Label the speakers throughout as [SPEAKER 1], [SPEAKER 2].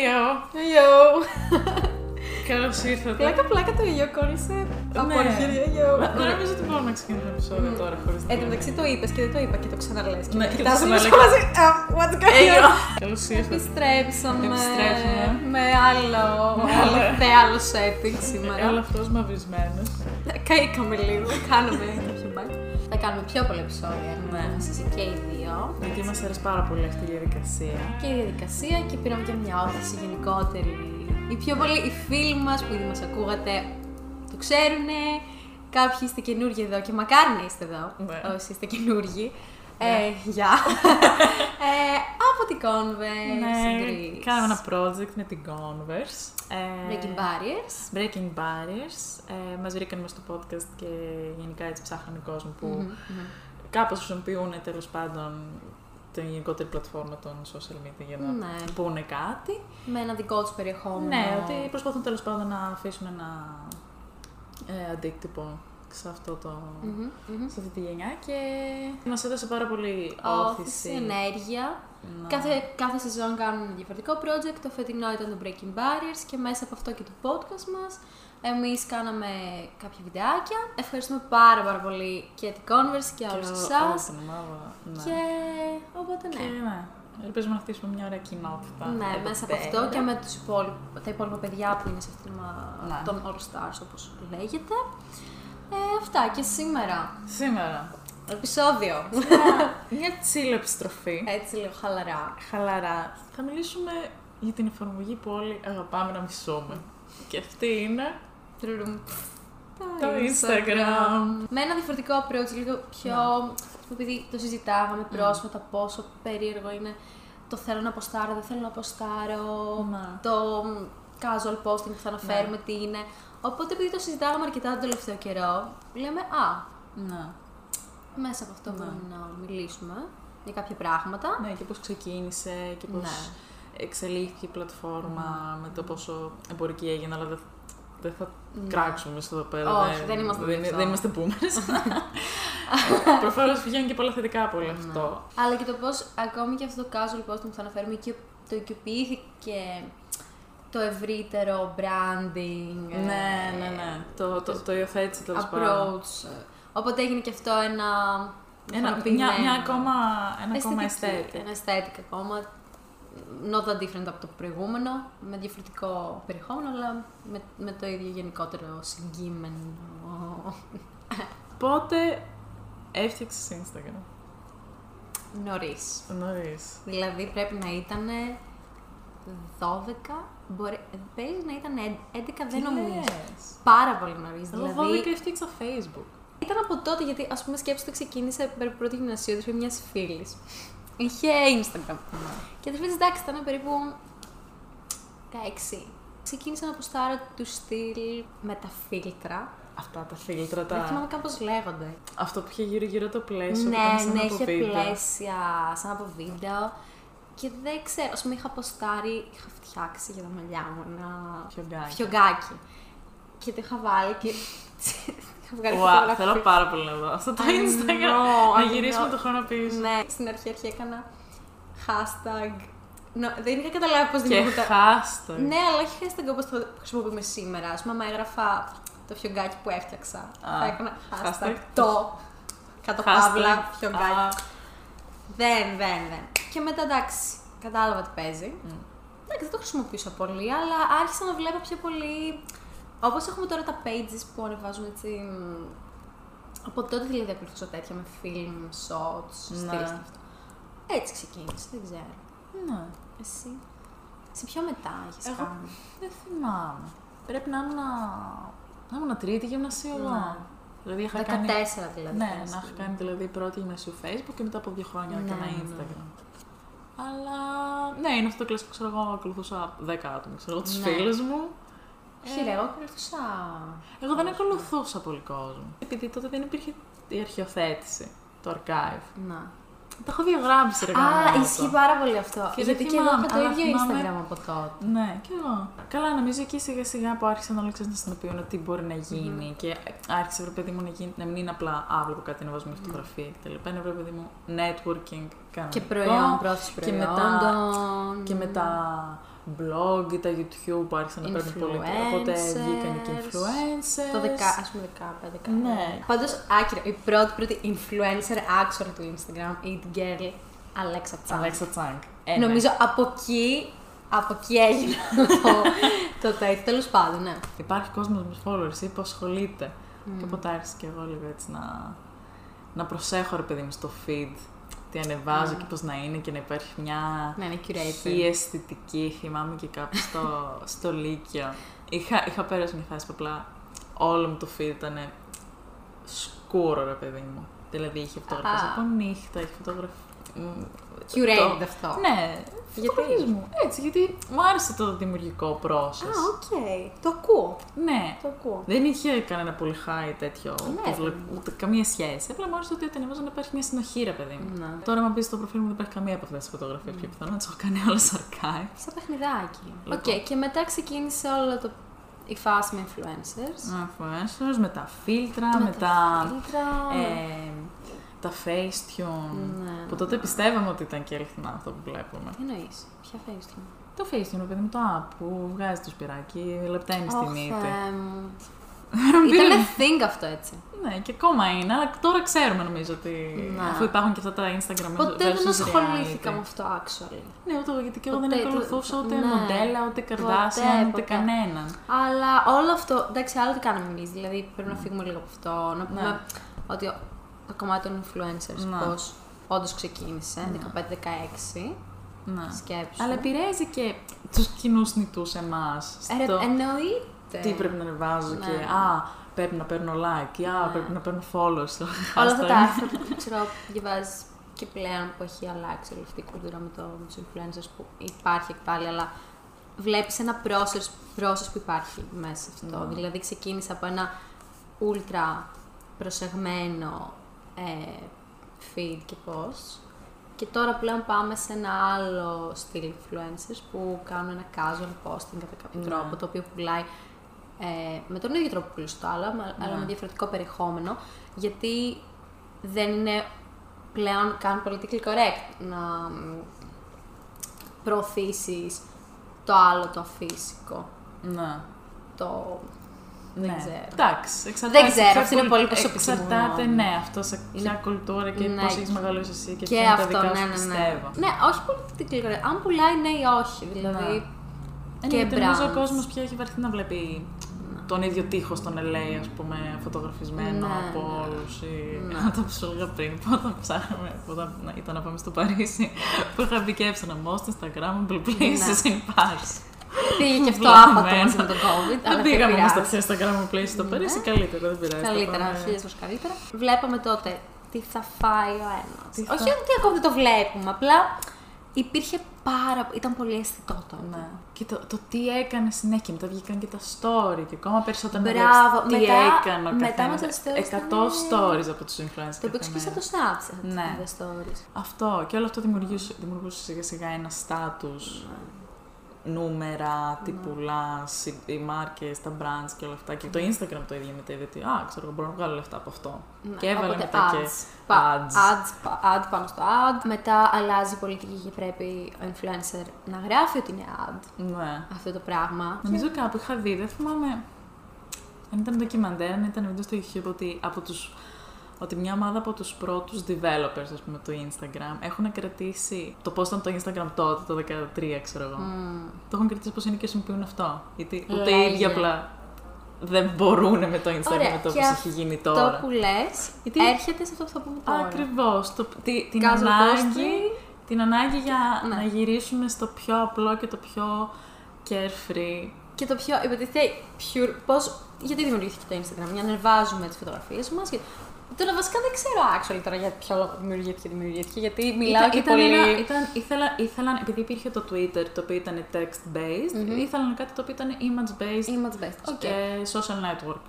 [SPEAKER 1] Ειο,
[SPEAKER 2] Yo.
[SPEAKER 1] καλώς ήρθατε.
[SPEAKER 2] Πλάκα, πλάκα το yo κόλλησε από
[SPEAKER 1] Ναι.
[SPEAKER 2] αρχή.
[SPEAKER 1] Μα-
[SPEAKER 2] Yo.
[SPEAKER 1] Νομίζω ότι μπορούμε να ξεκινήσουμε το επεισόδιο
[SPEAKER 2] Μ.
[SPEAKER 1] τώρα χωρίς
[SPEAKER 2] Εν τω μεταξύ το είπες και δεν το είπα και το ξαναλέ. Και
[SPEAKER 1] Ναι,
[SPEAKER 2] με
[SPEAKER 1] και το
[SPEAKER 2] κοιτάζουμε όλοι
[SPEAKER 1] ξαναλέω.
[SPEAKER 2] μαζί. «Α, What's going on?
[SPEAKER 1] Καλώς ήρθατε.
[SPEAKER 2] Επιστρέψαμε.
[SPEAKER 1] Επιστρέψαμε.
[SPEAKER 2] Με άλλο.
[SPEAKER 1] Με άλλο.
[SPEAKER 2] θε άλλο setting
[SPEAKER 1] Όλο
[SPEAKER 2] σήμερα.
[SPEAKER 1] αυτός μαυρισμένος.
[SPEAKER 2] Καίκαμε λίγο. Κάναμε κάποιο back. Θα κάνουμε πιο πολλά επεισόδια.
[SPEAKER 1] Ναι.
[SPEAKER 2] Σας και οι δύο.
[SPEAKER 1] Γιατί μας αρέσει πάρα πολύ αυτή η διαδικασία.
[SPEAKER 2] και η διαδικασία και πήραμε και μια όθηση γενικότερη. Οι πιο πολλοί, οι φίλοι μας που ήδη μας ακούγατε το ξέρουν. Κάποιοι είστε καινούργοι εδώ και μακάρι να είστε εδώ.
[SPEAKER 1] Ναι.
[SPEAKER 2] Ε, Όσοι είστε καινούργοι.
[SPEAKER 1] Ναι.
[SPEAKER 2] Ε, γεια. ε, από την Converse. Greece.
[SPEAKER 1] Ναι. κάναμε ένα project με την Converse. ε,
[SPEAKER 2] Breaking barriers.
[SPEAKER 1] Breaking Barriers. Ε, μας βρήκαν μέσα στο podcast και γενικά έτσι ψάχνανε κόσμο που
[SPEAKER 2] Μμμ, μμμ.
[SPEAKER 1] κάπως χρησιμοποιούν τέλος πάντων την γενικότερη πλατφόρμα των social media για να
[SPEAKER 2] Ναι.
[SPEAKER 1] πούνε κάτι.
[SPEAKER 2] Με ένα δικό τους περιεχόμενο.
[SPEAKER 1] Ναι, ότι προσπαθούν τέλος πάντων να αφήσουν ένα ε, αντίκτυπο σε αυτό το...
[SPEAKER 2] Μμμ, μμμ.
[SPEAKER 1] Σε αυτή τη γενιά και μας έδωσε πάρα πολύ
[SPEAKER 2] Όθηση,
[SPEAKER 1] όθηση.
[SPEAKER 2] ενέργεια.
[SPEAKER 1] να-
[SPEAKER 2] Κάθε, κάθε σεζόν κάνουμε ένα διαφορετικό project. Το φετινό ήταν το Breaking Barriers και μέσα από αυτό και το podcast μας εμείς κάναμε κάποια βιντεάκια. Ευχαριστούμε πάρα πάρα πολύ και την Converse και
[SPEAKER 1] και
[SPEAKER 2] όλους
[SPEAKER 1] ό-
[SPEAKER 2] εσάς.
[SPEAKER 1] όλη την ομάδα, ναι.
[SPEAKER 2] Και οπότε
[SPEAKER 1] Και
[SPEAKER 2] ναι.
[SPEAKER 1] ναι. Ελπίζουμε να χτίσουμε μια ωραία κοινότητα.
[SPEAKER 2] Ναι,
[SPEAKER 1] εδώ
[SPEAKER 2] μέσα από αυτό
[SPEAKER 1] πέρα.
[SPEAKER 2] και με τους υπόλοιπα, τα υπόλοιπα παιδιά που είναι σε αυτήν
[SPEAKER 1] Ναι.
[SPEAKER 2] ναι. τον All Stars όπως λέγεται. Ε, αυτά και σήμερα.
[SPEAKER 1] Σήμερα.
[SPEAKER 2] Επεισόδιο.
[SPEAKER 1] Μια τσίλα επιστροφή.
[SPEAKER 2] Έτσι λίγο χαλαρά.
[SPEAKER 1] Χαλαρά. Θα μιλήσουμε για την εφαρμογή που όλοι αγαπάμε να μισούμε. Και αυτή είναι
[SPEAKER 2] Τρουρούμ.
[SPEAKER 1] το Instagram.
[SPEAKER 2] Με ένα διαφορετικό approach, λίγο πιο.
[SPEAKER 1] Ναι.
[SPEAKER 2] Επειδή το συζητάγαμε πρόσφατα, πόσο περίεργο είναι το θέλω να αποστάρω, δεν θέλω να αποστάρω.
[SPEAKER 1] Ναι.
[SPEAKER 2] Το casual posting που θα αναφέρουμε, τι είναι. Οπότε επειδή το συζητάγαμε αρκετά τον τελευταίο καιρό, λέμε Α,
[SPEAKER 1] Να.
[SPEAKER 2] μέσα από αυτό μπορούμε να μιλήσουμε για κάποια πράγματα.
[SPEAKER 1] Ναι, και πώς ξεκίνησε και
[SPEAKER 2] Ναι.
[SPEAKER 1] πώς εξελίχθηκε η πλατφόρμα με το πόσο εμπορική έγινε, αλλά δεν, δεν θα κράξουμε στο εδώ πέρα.
[SPEAKER 2] Ναι. Όχι, δεν είμαστε
[SPEAKER 1] δεν,
[SPEAKER 2] τέτοιο.
[SPEAKER 1] δεν είμαστε boomers. Προφανώς βγαίνουν και πολλά θετικά
[SPEAKER 2] Ναι.
[SPEAKER 1] από όλο αυτό.
[SPEAKER 2] Αλλά και το πώς ακόμη και αυτό το casual posting που θα αναφέρουμε οικιο- το οικειοποιήθηκε το ευρύτερο branding. ε,
[SPEAKER 1] Ναι, ναι, ναι. Το, το, το υιοθέτησε τέλος πάντων.
[SPEAKER 2] approach. ε. Οπότε έγινε και αυτό ένα.
[SPEAKER 1] Ένα, μια,
[SPEAKER 2] χαροποιημένο.
[SPEAKER 1] μια ακόμα, ένα ακόμα
[SPEAKER 2] Αισθητική,
[SPEAKER 1] aesthetic.
[SPEAKER 2] Ένα aesthetic ακόμα. Not that different από το προηγούμενο, με διαφορετικό περιεχόμενο, αλλά με, με το ίδιο γενικότερο συγκείμενο.
[SPEAKER 1] Πότε έφτιαξες Instagram.
[SPEAKER 2] Νωρίς.
[SPEAKER 1] Νωρίς.
[SPEAKER 2] Δηλαδή πρέπει να ήταν 12, μπορεί, παίζει να ήταν 11, δεν νομίζω. Πάρα πολύ νωρίς.
[SPEAKER 1] Εγώ
[SPEAKER 2] Δηλαδή,
[SPEAKER 1] 12 έφτιαξα Facebook.
[SPEAKER 2] Ήταν από τότε, γιατί ας πούμε σκέψτε το ξεκίνησε περίπου πρώτη γυμνασίου τη μιας φίλης. Είχε Instagram. Και της φίλης εντάξει ήταν περίπου. 16. Ξεκίνησα να αποστάρω του στυλ με τα φίλτρα.
[SPEAKER 1] Αυτά τα φίλτρα,
[SPEAKER 2] Δεν θυμάμαι
[SPEAKER 1] τα...
[SPEAKER 2] καν πώς λέγονται.
[SPEAKER 1] Αυτό που είχε γύρω-γύρω το πλαίσιο. που ήταν
[SPEAKER 2] ναι,
[SPEAKER 1] σαν
[SPEAKER 2] ναι,
[SPEAKER 1] από
[SPEAKER 2] είχε
[SPEAKER 1] βίντεο.
[SPEAKER 2] πλαίσια σαν από βίντεο. Και δεν ξέρω, ας πούμε είχα αποστάρει, είχα φτιάξει για τα μαλλιά μου ένα
[SPEAKER 1] Φιωγκάκι.
[SPEAKER 2] φιωγκάκι. Και το είχα βάλει και. είχα βγάλει
[SPEAKER 1] Wow,
[SPEAKER 2] φωτογραφία.
[SPEAKER 1] θέλω πάρα πολύ να δω αυτό το
[SPEAKER 2] I
[SPEAKER 1] Instagram.
[SPEAKER 2] know,
[SPEAKER 1] Να
[SPEAKER 2] I
[SPEAKER 1] γυρίσουμε
[SPEAKER 2] know.
[SPEAKER 1] το χρόνο πίσω.
[SPEAKER 2] Ναι, στην αρχή αρχή έκανα hashtag. Νο- δεν είχα καταλάβει πώς
[SPEAKER 1] Και
[SPEAKER 2] δημιουργούνται.
[SPEAKER 1] χάστα.
[SPEAKER 2] Ναι, αλλά όχι hashtag όπως το χρησιμοποιούμε σήμερα. Ας πούμε, άμα έγραφα το φιωγκάκι που έφτιαξα.
[SPEAKER 1] Α,
[SPEAKER 2] θα έκανα hashtag,
[SPEAKER 1] hashtag.
[SPEAKER 2] το. Κάτω παύλα, φιωγκάκι. Δεν, δεν, δεν. Και μετά εντάξει, κατάλαβα τι παίζει.
[SPEAKER 1] Mm.
[SPEAKER 2] Εντάξει, δεν το χρησιμοποιούσα πολύ, αλλά άρχισα να βλέπω πιο πολύ. Όπως έχουμε τώρα τα pages που ανεβάζουν έτσι. μ, Από τότε δηλαδή ακολουθούσα τέτοια με film, shots,
[SPEAKER 1] Ναι.
[SPEAKER 2] στυλ και αυτό. Έτσι ξεκίνησε, δεν ξέρω.
[SPEAKER 1] Ναι,
[SPEAKER 2] Εσύ. Σε πιο μετά έχεις
[SPEAKER 1] Εγώ-
[SPEAKER 2] κάνει.
[SPEAKER 1] δεν θυμάμαι. Πρέπει να ήμουν. Να ήμουν τρίτη γυμνασίου
[SPEAKER 2] Ναι.
[SPEAKER 1] εγώ. Δηλαδή είχα
[SPEAKER 2] 14
[SPEAKER 1] κάνει.
[SPEAKER 2] δηλαδή.
[SPEAKER 1] Ναι, να είχα κάνει δηλαδή πρώτη γυμνασίου Facebook και μετά από δύο χρόνια
[SPEAKER 2] Ναι,
[SPEAKER 1] έκανα
[SPEAKER 2] ναι, ναι.
[SPEAKER 1] Instagram. Αλλά ναι, είναι αυτό το κλασικό. Ξέρω εγώ, ακολουθούσα 10 άτομα. Ξέρω εγώ, τους
[SPEAKER 2] Ναι.
[SPEAKER 1] φίλους μου.
[SPEAKER 2] Χειρέ, εγώ ακολουθούσα.
[SPEAKER 1] Εγώ δεν ακολουθούσα πολύ κόσμο. Επειδή τότε δεν υπήρχε η αρχιοθέτηση, το archive.
[SPEAKER 2] Να.
[SPEAKER 1] Τα έχω διαγράψει, ρε
[SPEAKER 2] Α,
[SPEAKER 1] γαμότο.
[SPEAKER 2] ισχύει πάρα πολύ αυτό.
[SPEAKER 1] Και δεν
[SPEAKER 2] Γιατί και εγώ
[SPEAKER 1] θυμάμαι,
[SPEAKER 2] είχα το
[SPEAKER 1] αλλά
[SPEAKER 2] ίδιο
[SPEAKER 1] θυμάμαι-
[SPEAKER 2] Instagram από τότε.
[SPEAKER 1] Ναι, και εγώ. Καλά, νομίζω εκεί σιγά σιγά που άρχισαν όλοι ξέρεις, να συνειδητοποιούν τι μπορεί να γίνει και άρχισε ρε παιδί μου να, γίνει, να μην είναι απλά α, βλέπω κάτι να βάζω μια φωτογραφία κτλ. Είναι ρε παιδί μου networking κανονικό.
[SPEAKER 2] Και προϊόν, πρόθεση
[SPEAKER 1] και μετά-
[SPEAKER 2] προϊόντων.
[SPEAKER 1] Και μετά blog, τα YouTube που άρχισαν να παίρνουν πολύ τώρα. Οπότε βγήκαν και influencers.
[SPEAKER 2] Το 10, ας πούμε 15, 15.
[SPEAKER 1] Ναι.
[SPEAKER 2] Πάντως, άκυρο, η πρώτη πρώτη influencer άξορα του Instagram, it girl, Alexa Chan.
[SPEAKER 1] Αλέξα Τσάνκ.
[SPEAKER 2] Νομίζω από εκεί, από εκεί έγινε το, το τέτοιο. Τέλος πάντων, ναι.
[SPEAKER 1] Υπάρχει κόσμος με followers ή που ασχολείται.
[SPEAKER 2] Mm.
[SPEAKER 1] Και οπότε άρχισα και εγώ λίγο έτσι να, να προσέχω ρε παιδί μου στο feed τι
[SPEAKER 2] Mm.
[SPEAKER 1] ανεβάζω και πώς να είναι και να υπάρχει μια
[SPEAKER 2] Να Ναι, είναι
[SPEAKER 1] χι
[SPEAKER 2] curated.
[SPEAKER 1] αισθητική. Θυμάμαι και κάπου στο, στο Λύκειο. Είχα, είχα πέρασει μια φάση που απλά όλο μου το feed ήταν σκούρο ρε παιδί μου. Δηλαδή είχε φωτογραφίες
[SPEAKER 2] Α. Mm.
[SPEAKER 1] από νύχτα, είχε φωτογραφίες...
[SPEAKER 2] Curated αυτό.
[SPEAKER 1] Ναι,
[SPEAKER 2] Γιατί?
[SPEAKER 1] γιατί... μου. Έτσι, γιατί μου άρεσε το δημιουργικό
[SPEAKER 2] Α,
[SPEAKER 1] process.
[SPEAKER 2] οκ. Το ακούω.
[SPEAKER 1] Ναι.
[SPEAKER 2] Το ακούω.
[SPEAKER 1] Δεν είχε κανένα πολύ high τέτοιο.
[SPEAKER 2] Ναι.
[SPEAKER 1] που βλέπω, ούτε καμία σχέση. Απλά μου άρεσε ότι όταν ανεβάζω να υπάρχει μια συνοχή, ρε παιδί μου.
[SPEAKER 2] Ναι.
[SPEAKER 1] Τώρα, άμα μπει στο προφίλ μου, δεν υπάρχει καμία από αυτές τις φωτογραφίες πιο πιθανό. Τι έχω κάνει όλε archive.
[SPEAKER 2] Σαν παιχνιδάκι. Οκ,
[SPEAKER 1] Λοιπόν.
[SPEAKER 2] και μετά ξεκίνησε όλο το... η φάση με influencers.
[SPEAKER 1] Influencers, με τα φίλτρα,
[SPEAKER 2] Με
[SPEAKER 1] με
[SPEAKER 2] τα
[SPEAKER 1] τα.
[SPEAKER 2] φίλτρα, με-
[SPEAKER 1] ε, τα Facetune.
[SPEAKER 2] Ναι,
[SPEAKER 1] Που τότε πιστεύαμε ότι ήταν και αληθινά αυτό που βλέπουμε.
[SPEAKER 2] Τι εννοείς, ποια face μου.
[SPEAKER 1] Το Facetune, ρε παιδί μου, το app που βγάζει το σπυράκι, λεπταίνει στη μύτη.
[SPEAKER 2] Ήταν ε, thing αυτό έτσι.
[SPEAKER 1] Ναι, και ακόμα είναι, αλλά τώρα ξέρουμε νομίζω ότι.
[SPEAKER 2] Ναι.
[SPEAKER 1] Αφού υπάρχουν και αυτά τα Instagram
[SPEAKER 2] Ποτέ δεν
[SPEAKER 1] versus
[SPEAKER 2] ασχολήθηκα
[SPEAKER 1] reality.
[SPEAKER 2] με αυτό, actually.
[SPEAKER 1] Ναι, ούτε εγώ, γιατί και εγώ δεν
[SPEAKER 2] Ποτέ,
[SPEAKER 1] ακολουθούσα ούτε
[SPEAKER 2] ναι.
[SPEAKER 1] μοντέλα, ούτε
[SPEAKER 2] Ποτέ,
[SPEAKER 1] καρδάσια, ούτε
[SPEAKER 2] ποτέ.
[SPEAKER 1] κανέναν.
[SPEAKER 2] Αλλά όλο αυτό. Εντάξει, άλλο τι κάναμε εμείς. Δηλαδή πρέπει να φύγουμε λίγο από αυτό. Να πούμε
[SPEAKER 1] Ναι.
[SPEAKER 2] ότι το κομμάτι των influencers
[SPEAKER 1] Ναι.
[SPEAKER 2] πώς πώ όντως ξεκίνησε. 15-16.
[SPEAKER 1] Ναι.
[SPEAKER 2] Σκέψου.
[SPEAKER 1] Αλλά επηρέαζει και τους κοινούς νητούς εμάς.
[SPEAKER 2] Ε, ρε, εννοείται.
[SPEAKER 1] Τι πρέπει να ανεβάζω
[SPEAKER 2] Ναι.
[SPEAKER 1] και α, πρέπει να παίρνω like ή α, πρέπει να παίρνω follow στο
[SPEAKER 2] Όλα αυτά τα
[SPEAKER 1] hashtag.
[SPEAKER 2] άρθρα που ξέρω διαβάζεις και πλέον που έχει αλλάξει όλη αυτή η κουλτούρα με, το, με τους influencers που υπάρχει και πάλι, αλλά βλέπεις ένα process, process που υπάρχει μέσα σε αυτό. Δηλαδή, ξεκίνησε από ένα ultra προσεγμένο ε, feed και post. Και τώρα πλέον πάμε σε ένα άλλο στυλ influencers που κάνουν ένα casual posting κατά κάποιο
[SPEAKER 1] Ναι.
[SPEAKER 2] τρόπο, το οποίο πουλάει ε, με τον ίδιο τρόπο που πουλούσε το άλλο, μα- αλλά
[SPEAKER 1] Ναι.
[SPEAKER 2] με διαφορετικό περιεχόμενο, γιατί δεν είναι πλέον καν politically correct να προωθήσεις το άλλο το φυσικό,
[SPEAKER 1] Ναι.
[SPEAKER 2] το...
[SPEAKER 1] ναι.
[SPEAKER 2] ξέρω.
[SPEAKER 1] Εντάξει, εξαρτάται.
[SPEAKER 2] Δεν ξέρω,
[SPEAKER 1] σε
[SPEAKER 2] αυτό είναι
[SPEAKER 1] κουλ-
[SPEAKER 2] πολύ προσωπική μου
[SPEAKER 1] Εξαρτάται,
[SPEAKER 2] γνώμη.
[SPEAKER 1] ναι, αυτό σε ποια
[SPEAKER 2] Είναι-
[SPEAKER 1] κουλτούρα και
[SPEAKER 2] Ναι,
[SPEAKER 1] πώς
[SPEAKER 2] και-
[SPEAKER 1] έχεις μεγαλώσει εσύ και,
[SPEAKER 2] Και
[SPEAKER 1] ποια είναι τα
[SPEAKER 2] αυτό,
[SPEAKER 1] δικά
[SPEAKER 2] ναι,
[SPEAKER 1] σου
[SPEAKER 2] ναι, ναι.
[SPEAKER 1] πιστεύω.
[SPEAKER 2] Ναι, όχι politically correct. Αν πουλάει ναι ή όχι, δηλαδή.
[SPEAKER 1] Ναι. Ε,
[SPEAKER 2] Και
[SPEAKER 1] ναι, γιατί νομίζω
[SPEAKER 2] brands.
[SPEAKER 1] ο κόσμος πια έχει βαρεθεί να βλέπει τον ίδιο τείχο στον LA, ας πούμε, φωτογραφισμένο
[SPEAKER 2] Ναι,
[SPEAKER 1] από
[SPEAKER 2] ναι.
[SPEAKER 1] όλους. Ή... Αυτά που σου έλεγα πριν, που όταν ψάχναμε, που όταν να- ήταν να πάμε στο Παρίσι, που είχα μπει και έψανα most, Instagram, Blue
[SPEAKER 2] Ναι.
[SPEAKER 1] Places in Paris.
[SPEAKER 2] Πήγε και αυτό
[SPEAKER 1] Βλαμμένο.
[SPEAKER 2] άπατο μαζί με τον COVID. αλλά
[SPEAKER 1] Δεν πήγαμε όμω
[SPEAKER 2] πειράζει. Ναι.
[SPEAKER 1] στα Instagram Blue Places στο Παρίσι, καλύτερα, δεν πειράζει. θα
[SPEAKER 2] Καλύτερα,
[SPEAKER 1] πάμε-
[SPEAKER 2] χίλιες φορές καλύτερα. Βλέπαμε τότε τι θα φάει ο ένας.
[SPEAKER 1] Τι
[SPEAKER 2] Όχι
[SPEAKER 1] θα-
[SPEAKER 2] ότι ακόμη δεν το βλέπουμε, απλά υπήρχε πάρα πολύ. ήταν πολύ αισθητό το.
[SPEAKER 1] Ναι. Και το, το τι έκανε συνέχεια, μετά βγήκαν και τα story και ακόμα περισσότερο
[SPEAKER 2] Μπράβο,
[SPEAKER 1] να βλέπεις τι
[SPEAKER 2] μετά-
[SPEAKER 1] έκανε ο
[SPEAKER 2] μετά
[SPEAKER 1] καθένας.
[SPEAKER 2] με τα
[SPEAKER 1] 100
[SPEAKER 2] stories ήταν, ε,
[SPEAKER 1] stories από τους influencers
[SPEAKER 2] Το οποίο
[SPEAKER 1] καθένας.
[SPEAKER 2] ξεκίνησε από το Snapchat.
[SPEAKER 1] Ναι.
[SPEAKER 2] Τα stories.
[SPEAKER 1] Αυτό. Και όλο αυτό δημιουργούσε, δημιουργούσε σιγά σιγά ένα στάτους,
[SPEAKER 2] Ναι.
[SPEAKER 1] νούμερα, τι πουλάς, οι- οι μάρκες, τα brands και όλα αυτά. Και το Instagram το ίδιο μετέβη ότι «Α, ξέρω, εγώ μπορώ να βγάλω λεφτά από αυτό».
[SPEAKER 2] Ναι,
[SPEAKER 1] Και έβαλε
[SPEAKER 2] οπότε
[SPEAKER 1] μετά και
[SPEAKER 2] ads. Πα-
[SPEAKER 1] ads.
[SPEAKER 2] ads, πα- ad πάνω στο ad. Μετά αλλάζει η πολιτική και πρέπει ο influencer να γράφει ότι είναι ad.
[SPEAKER 1] Ναι.
[SPEAKER 2] Αυτό το πράγμα.
[SPEAKER 1] Νομίζω κάπου είχα δει, δεν θυμάμαι αν ήταν ντοκιμαντέρ, αν ήταν βίντεο στο YouTube ότι, από τους, ότι μια ομάδα από τους πρώτους developers ας πούμε, του Instagram έχουν κρατήσει το πώς ήταν το Instagram τότε, το 2013 ξέρω εγώ. Το έχουν κρατήσει πώς είναι και χρησιμοποιούν αυτό. Γιατί ούτε
[SPEAKER 2] Λέγε.
[SPEAKER 1] οι ίδιοι απλά δεν μπορούν με το Instagram
[SPEAKER 2] Ωραία,
[SPEAKER 1] με το
[SPEAKER 2] και
[SPEAKER 1] πώς έχει γίνει
[SPEAKER 2] Το
[SPEAKER 1] τώρα.
[SPEAKER 2] που λες
[SPEAKER 1] Γιατί-
[SPEAKER 2] έρχεται σε αυτό που θα πούμε τώρα.
[SPEAKER 1] Ακριβώς. Το, τι- την,
[SPEAKER 2] Casual
[SPEAKER 1] ανάγκη,
[SPEAKER 2] posting.
[SPEAKER 1] την ανάγκη για
[SPEAKER 2] Ναι.
[SPEAKER 1] να γυρίσουμε στο πιο απλό και το πιο carefree
[SPEAKER 2] Και το πιο υποτίθεται pure. Πώς, γιατί δημιουργήθηκε το Instagram, για να ανεβάζουμε τις φωτογραφίες μας. Και... Τώρα βασικά δεν ξέρω actually τώρα για ποιο λόγο δημιουργήθηκε, δημιουργήθηκε, γιατί μιλάω και
[SPEAKER 1] ήταν
[SPEAKER 2] πολύ.
[SPEAKER 1] ένα- ήταν, ήθελα, ήθελαν, επειδή υπήρχε το Twitter το οποίο ήταν text-based, ήθελαν κάτι το οποίο ήταν image-based
[SPEAKER 2] Image based. Okay.
[SPEAKER 1] και social network.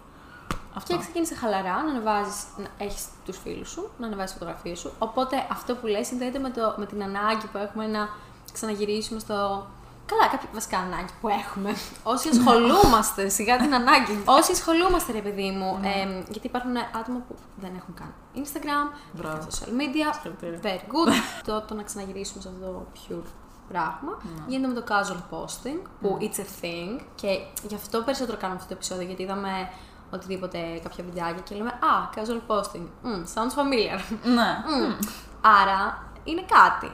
[SPEAKER 1] Αυτό.
[SPEAKER 2] Και ξεκίνησε χαλαρά να ανεβάζεις, να έχεις τους φίλους σου, να ανεβάζεις φωτογραφίες σου. Οπότε αυτό που λέει συνδέεται με, το, με την ανάγκη που έχουμε να ξαναγυρίσουμε στο. Καλά, κάποια βασικά ανάγκη που έχουμε. Όσοι ασχολούμαστε, σιγά την ανάγκη. Ναι. Όσοι ασχολούμαστε, ρε παιδί μου. εμ, γιατί υπάρχουν άτομα που δεν έχουν καν Instagram,
[SPEAKER 1] Μπράβο.
[SPEAKER 2] social media.
[SPEAKER 1] Συγχαρητήρια.
[SPEAKER 2] Very good. το, το να ξαναγυρίσουμε σε αυτό το pure πράγμα. Γίνεται με το casual posting, που it's a thing και γι' αυτό περισσότερο κάνουμε αυτό το επεισόδιο, γιατί είδαμε οτιδήποτε, κάποια βιντεάκια και λέμε «Α, casual posting, mm, sounds familiar».
[SPEAKER 1] Ναι.
[SPEAKER 2] Mm. Άρα είναι κάτι.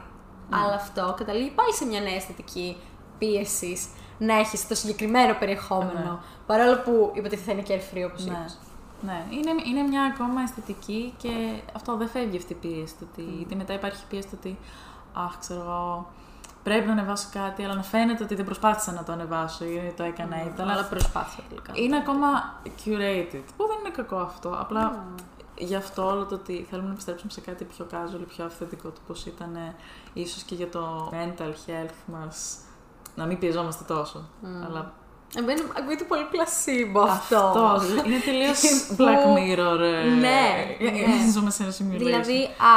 [SPEAKER 2] Αλλά αυτό καταλήγει πάλι σε μια νέα αισθητική πίεσης να έχεις το συγκεκριμένο περιεχόμενο.
[SPEAKER 1] Ναι.
[SPEAKER 2] Παρόλο που υποτίθεται θα είναι και ελφρύ όπως
[SPEAKER 1] Ναι. Ναι, είναι, είναι μια ακόμα αισθητική και αυτό δεν φεύγει αυτή η πίεση. του Ότι, Γιατί μετά υπάρχει η πίεση του ότι, αχ, ξέρω εγώ, πρέπει να ανεβάσω κάτι, αλλά να φαίνεται ότι δεν προσπάθησα να το ανεβάσω ή το έκανα ή το.
[SPEAKER 2] Αλλά
[SPEAKER 1] Αλλά
[SPEAKER 2] Ναι, προσπάθεια τελικά.
[SPEAKER 1] είναι ακόμα curated, που δεν είναι κακό αυτό. Απλά γι' αυτό όλο το ότι θέλουμε να επιστρέψουμε σε κάτι πιο casual, πιο αυθεντικό του πώ ήταν, ίσως και για το mental health μας, να μην πιεζόμαστε τόσο. Αλλά
[SPEAKER 2] Εμένα ακούγεται πολύ πλασίμπο αυτό.
[SPEAKER 1] αυτός είναι τελείως black
[SPEAKER 2] Που-
[SPEAKER 1] mirror. ε,
[SPEAKER 2] Ναι,
[SPEAKER 1] ε,
[SPEAKER 2] ναι.
[SPEAKER 1] Ζούμε σε ένα simulation.
[SPEAKER 2] Δηλαδή, α,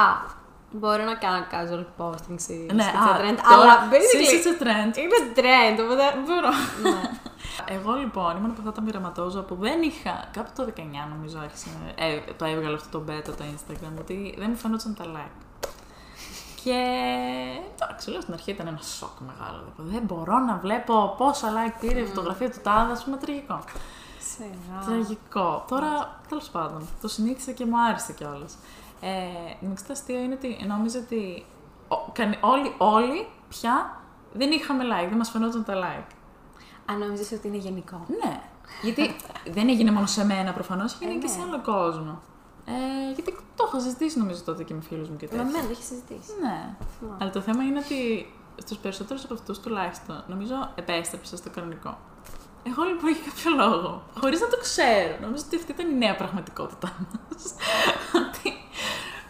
[SPEAKER 2] μπορώ να κάνω casual posting σε
[SPEAKER 1] Ναι,
[SPEAKER 2] σε
[SPEAKER 1] α,
[SPEAKER 2] trend,
[SPEAKER 1] τώρα
[SPEAKER 2] αλλά
[SPEAKER 1] since
[SPEAKER 2] basically
[SPEAKER 1] it's a trend.
[SPEAKER 2] είναι trend, οπότε μπορώ.
[SPEAKER 1] Ναι. Εγώ λοιπόν ήμουν από αυτά τα πειραματόζωα που δεν είχα. Κάπου το 19 νομίζω άρχισε. Ε, το έβγαλε αυτό το beta το Instagram, ότι δεν μου φαινόταν τα like. Και εντάξει, λέω στην αρχή ήταν ένα σοκ μεγάλο. δηλαδή, Δεν μπορώ να βλέπω πόσα like πήρε
[SPEAKER 2] Mm.
[SPEAKER 1] η φωτογραφία του Τάδα, ας πούμε, τραγικό.
[SPEAKER 2] Ναι, Σιγά.
[SPEAKER 1] Τραγικό. Τώρα, τέλος πάντων, το συνήθισα και μου άρεσε κιόλας. Ε, Νομίζω το αστείο είναι ότι νόμιζα ότι ο- κανε- όλοι, όλοι πια δεν είχαμε like, δεν μας φαινόταν τα like.
[SPEAKER 2] Αν νομίζεις ότι είναι γενικό.
[SPEAKER 1] Ναι. Γιατί δεν έγινε μόνο σε μένα προφανώς, έγινε
[SPEAKER 2] Ε,
[SPEAKER 1] και
[SPEAKER 2] ναι.
[SPEAKER 1] σε άλλο κόσμο. Ε, γιατί το είχα ζητήσει νομίζω τότε και με φίλους μου και
[SPEAKER 2] Με
[SPEAKER 1] τέτοια.
[SPEAKER 2] μένα το έχει ναι, συζητήσει.
[SPEAKER 1] Ναι.
[SPEAKER 2] Θυμάμαι.
[SPEAKER 1] Αλλά το θέμα είναι ότι στους περισσότερους από αυτούς τουλάχιστον νομίζω επέστρεψα στο κανονικό. Εγώ λοιπόν για κάποιο λόγο, χωρίς να το ξέρω, νομίζω ότι αυτή ήταν η νέα πραγματικότητά μας. ότι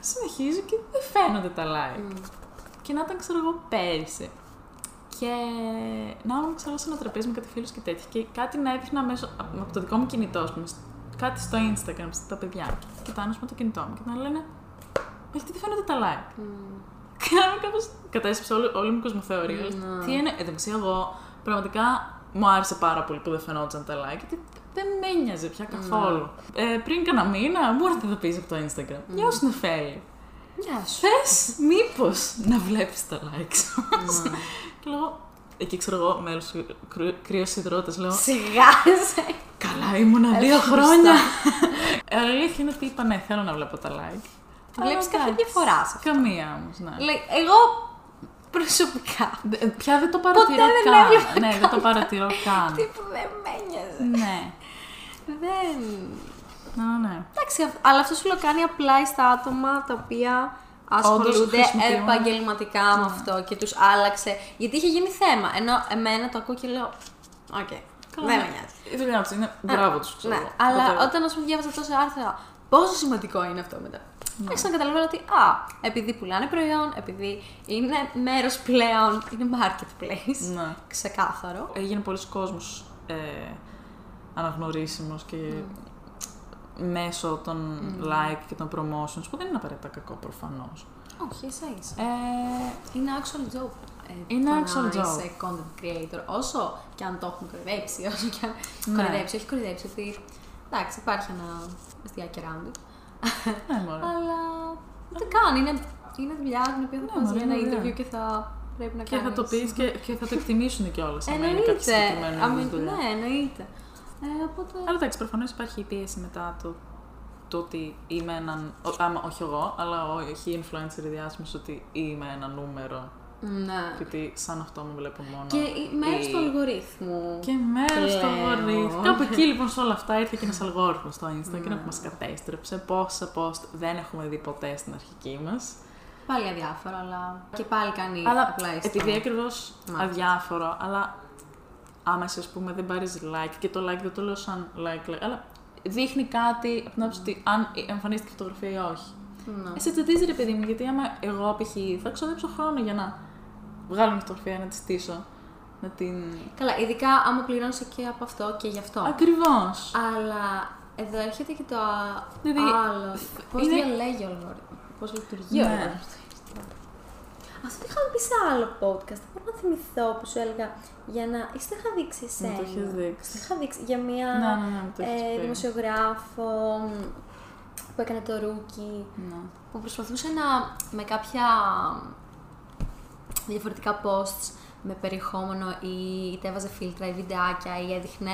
[SPEAKER 1] συνεχίζω και δεν φαίνονται τα like. Και να ήταν, ξέρω εγώ, πέρυσι. Και να ήμουν, ξέρω, σε ένα τραπέζι με κάτι φίλους και τέτοια. Και κάτι να έπαιρνα μέσω από το δικό μου κινητό, ας πούμε, κάτι στο Instagram, στα παιδιά. Και κοιτάνε, α πούμε, το κινητό μου και να λένε. «Μα γιατί δεν φαίνονται τα like. Και να είμαι κάπω. Κατέστρεψε όλη, όλη μου η κοσμοθεωρία.
[SPEAKER 2] Ναι.
[SPEAKER 1] Τι είναι. Ε, εντάξει, εγώ πραγματικά μου άρεσε πάρα πολύ που δεν φαινόταν τα like, γιατί δεν με νοιάζει πια
[SPEAKER 2] Ναι.
[SPEAKER 1] καθόλου. Ε, πριν κανένα μήνα μου έρθει ειδοποίηση από το Instagram.
[SPEAKER 2] Ναι.
[SPEAKER 1] Για όσου να φέρει.
[SPEAKER 2] Γεια σου.
[SPEAKER 1] Θες μήπως να βλέπεις τα likes μα. και λέω. Εκεί ξέρω εγώ, μέλο κρύο υδρότας, λέω.
[SPEAKER 2] Σιγά σε.
[SPEAKER 1] Καλά, ήμουνα δύο
[SPEAKER 2] Ευχαριστώ.
[SPEAKER 1] χρόνια. Η αλήθεια είναι ότι είπα ναι, θέλω να βλέπω τα like.
[SPEAKER 2] Βλέπεις
[SPEAKER 1] Αλλά
[SPEAKER 2] κάποια
[SPEAKER 1] εντάξει.
[SPEAKER 2] διαφορά σε αυτό.
[SPEAKER 1] Καμία όμως, ναι.
[SPEAKER 2] Λέει, εγώ προσωπικά.
[SPEAKER 1] Δε- ε, Πια δεν το παρατηρώ
[SPEAKER 2] δεν
[SPEAKER 1] καν.
[SPEAKER 2] έβλεπα
[SPEAKER 1] ναι, δεν το παρατηρώ καν.
[SPEAKER 2] Τι που δεν με νοιάζει.
[SPEAKER 1] ναι.
[SPEAKER 2] Δεν.
[SPEAKER 1] Ναι, ναι.
[SPEAKER 2] Εντάξει, αυ- αλλά αυτό σου λέω κάνει απλά στα άτομα τα οποία
[SPEAKER 1] Όντως
[SPEAKER 2] ασχολούνται
[SPEAKER 1] χρησιμοποιούν. Ναι.
[SPEAKER 2] επαγγελματικά με αυτό και τους άλλαξε. Γιατί είχε γίνει θέμα. Ενώ εμένα το ακούω και λέω. Οκ,
[SPEAKER 1] Καλά,
[SPEAKER 2] δεν
[SPEAKER 1] ναι.
[SPEAKER 2] με νοιάζει.
[SPEAKER 1] Η δουλειά του είναι. Μπράβο τους, ξέρω.
[SPEAKER 2] Ναι,
[SPEAKER 1] εγώ.
[SPEAKER 2] αλλά
[SPEAKER 1] Whatever.
[SPEAKER 2] όταν ας πούμε διάβαζα τόσα άρθρα, πόσο σημαντικό είναι αυτό μετά.
[SPEAKER 1] Ναι.
[SPEAKER 2] Άρχισα να καταλαβαίνω ότι α, επειδή πουλάνε προϊόν, επειδή είναι μέρος πλέον, είναι marketplace.
[SPEAKER 1] Ναι.
[SPEAKER 2] Ξεκάθαρο.
[SPEAKER 1] Έγινε πολλοί κόσμος ε, αναγνωρίσιμος και μέσω των like και των promotions, που δεν είναι απαραίτητα κακό προφανώς.
[SPEAKER 2] Όχι, ίσα ίσα.
[SPEAKER 1] Ε,
[SPEAKER 2] Είναι actual job. ε,
[SPEAKER 1] Είναι
[SPEAKER 2] το να
[SPEAKER 1] actual job.
[SPEAKER 2] Είσαι content creator, όσο και αν το έχουν κορυδέψει, όσο και αν.
[SPEAKER 1] Ναι.
[SPEAKER 2] Κορυδέψει, όχι κορυδέψει, ότι. Εντάξει, υπάρχει ένα αστιάκι around it. Ε,
[SPEAKER 1] ναι, μωρέ.
[SPEAKER 2] Αλλά. Δεν κάνει, είναι, είναι δουλειά την οποία θα πας
[SPEAKER 1] Ναι, μωρέ,
[SPEAKER 2] για ένα
[SPEAKER 1] είναι δουλειά.
[SPEAKER 2] interview και θα πρέπει να
[SPEAKER 1] Και θα
[SPEAKER 2] ε, κάνεις... Ε,
[SPEAKER 1] το πεις και, και θα το εκτιμήσουν κιόλας. άμα είναι κάτι
[SPEAKER 2] Εννοείται.
[SPEAKER 1] συγκεκριμένο
[SPEAKER 2] Αμήν-
[SPEAKER 1] δουλειά.
[SPEAKER 2] Ναι, εννοείται. Ε, οπότε.
[SPEAKER 1] Αλλά εντάξει, προφανώς υπάρχει η πίεση μετά το, το ότι είμαι έναν. ο- άμα, όχι εγώ, αλλά ο- όχι οι influencer διάσημο ότι είμαι ένα νούμερο.
[SPEAKER 2] Ναι.
[SPEAKER 1] Και ότι σαν αυτό μου βλέπουν μόνο.
[SPEAKER 2] Και η- μέρος
[SPEAKER 1] οι-
[SPEAKER 2] του αλγορίθμου.
[SPEAKER 1] Και μέρος του
[SPEAKER 2] Λέω.
[SPEAKER 1] αλγορίθμου. Κάπου εκεί λοιπόν σε όλα αυτά ήρθε και ένας αλγόριθμος στο Instagram που μας κατέστρεψε. Πόσα post δεν έχουμε δει ποτέ στην αρχική μας.
[SPEAKER 2] Πάλι αδιάφορο, αλλά. Και πάλι κάνει
[SPEAKER 1] Αλλά
[SPEAKER 2] απλά ιστορία.
[SPEAKER 1] επειδή ακριβώς αδιάφορο, αλλά άμεσα ας πούμε δεν πάρεις like και το like δεν το λέω σαν like, like αλλά δείχνει κάτι από την άποψη ότι
[SPEAKER 2] Mm.
[SPEAKER 1] αν εμφανίστηκε η φωτογραφία ή όχι.
[SPEAKER 2] Ναι.
[SPEAKER 1] Ε, Σε τσαντίζει ρε παιδί μου, γιατί άμα εγώ π.χ. θα ξοδέψω χρόνο για να βγάλω μια φωτογραφία, να τη στήσω. Να την.
[SPEAKER 2] Καλά, ειδικά άμα πληρώνεσαι και από αυτό και γι' αυτό.
[SPEAKER 1] Ακριβώς.
[SPEAKER 2] Αλλά εδώ έρχεται και το α-
[SPEAKER 1] Δηλαδή,
[SPEAKER 2] άλλο. Πώς
[SPEAKER 1] είναι-
[SPEAKER 2] διαλέγει ο αλγόριθμος. Πώς λειτουργεί ο
[SPEAKER 1] Ναι.
[SPEAKER 2] αλγόριθμος. Αυτό το είχαμε πει σε άλλο podcast. Δεν μπορώ να θυμηθώ που σου έλεγα για να. ή στο είχα δείξει εσένα.
[SPEAKER 1] Μου Ναι, το έχεις δείξει.
[SPEAKER 2] Στο είχα δείξει για μία
[SPEAKER 1] Ναι, ναι, ναι, μου το έχεις
[SPEAKER 2] ε,
[SPEAKER 1] πει.
[SPEAKER 2] δημοσιογράφο μ, που έκανε το ρούκι.
[SPEAKER 1] Ναι.
[SPEAKER 2] Που προσπαθούσε να. με κάποια διαφορετικά posts με περιεχόμενο ή είτε έβαζε φίλτρα ή βιντεάκια ή έδειχνε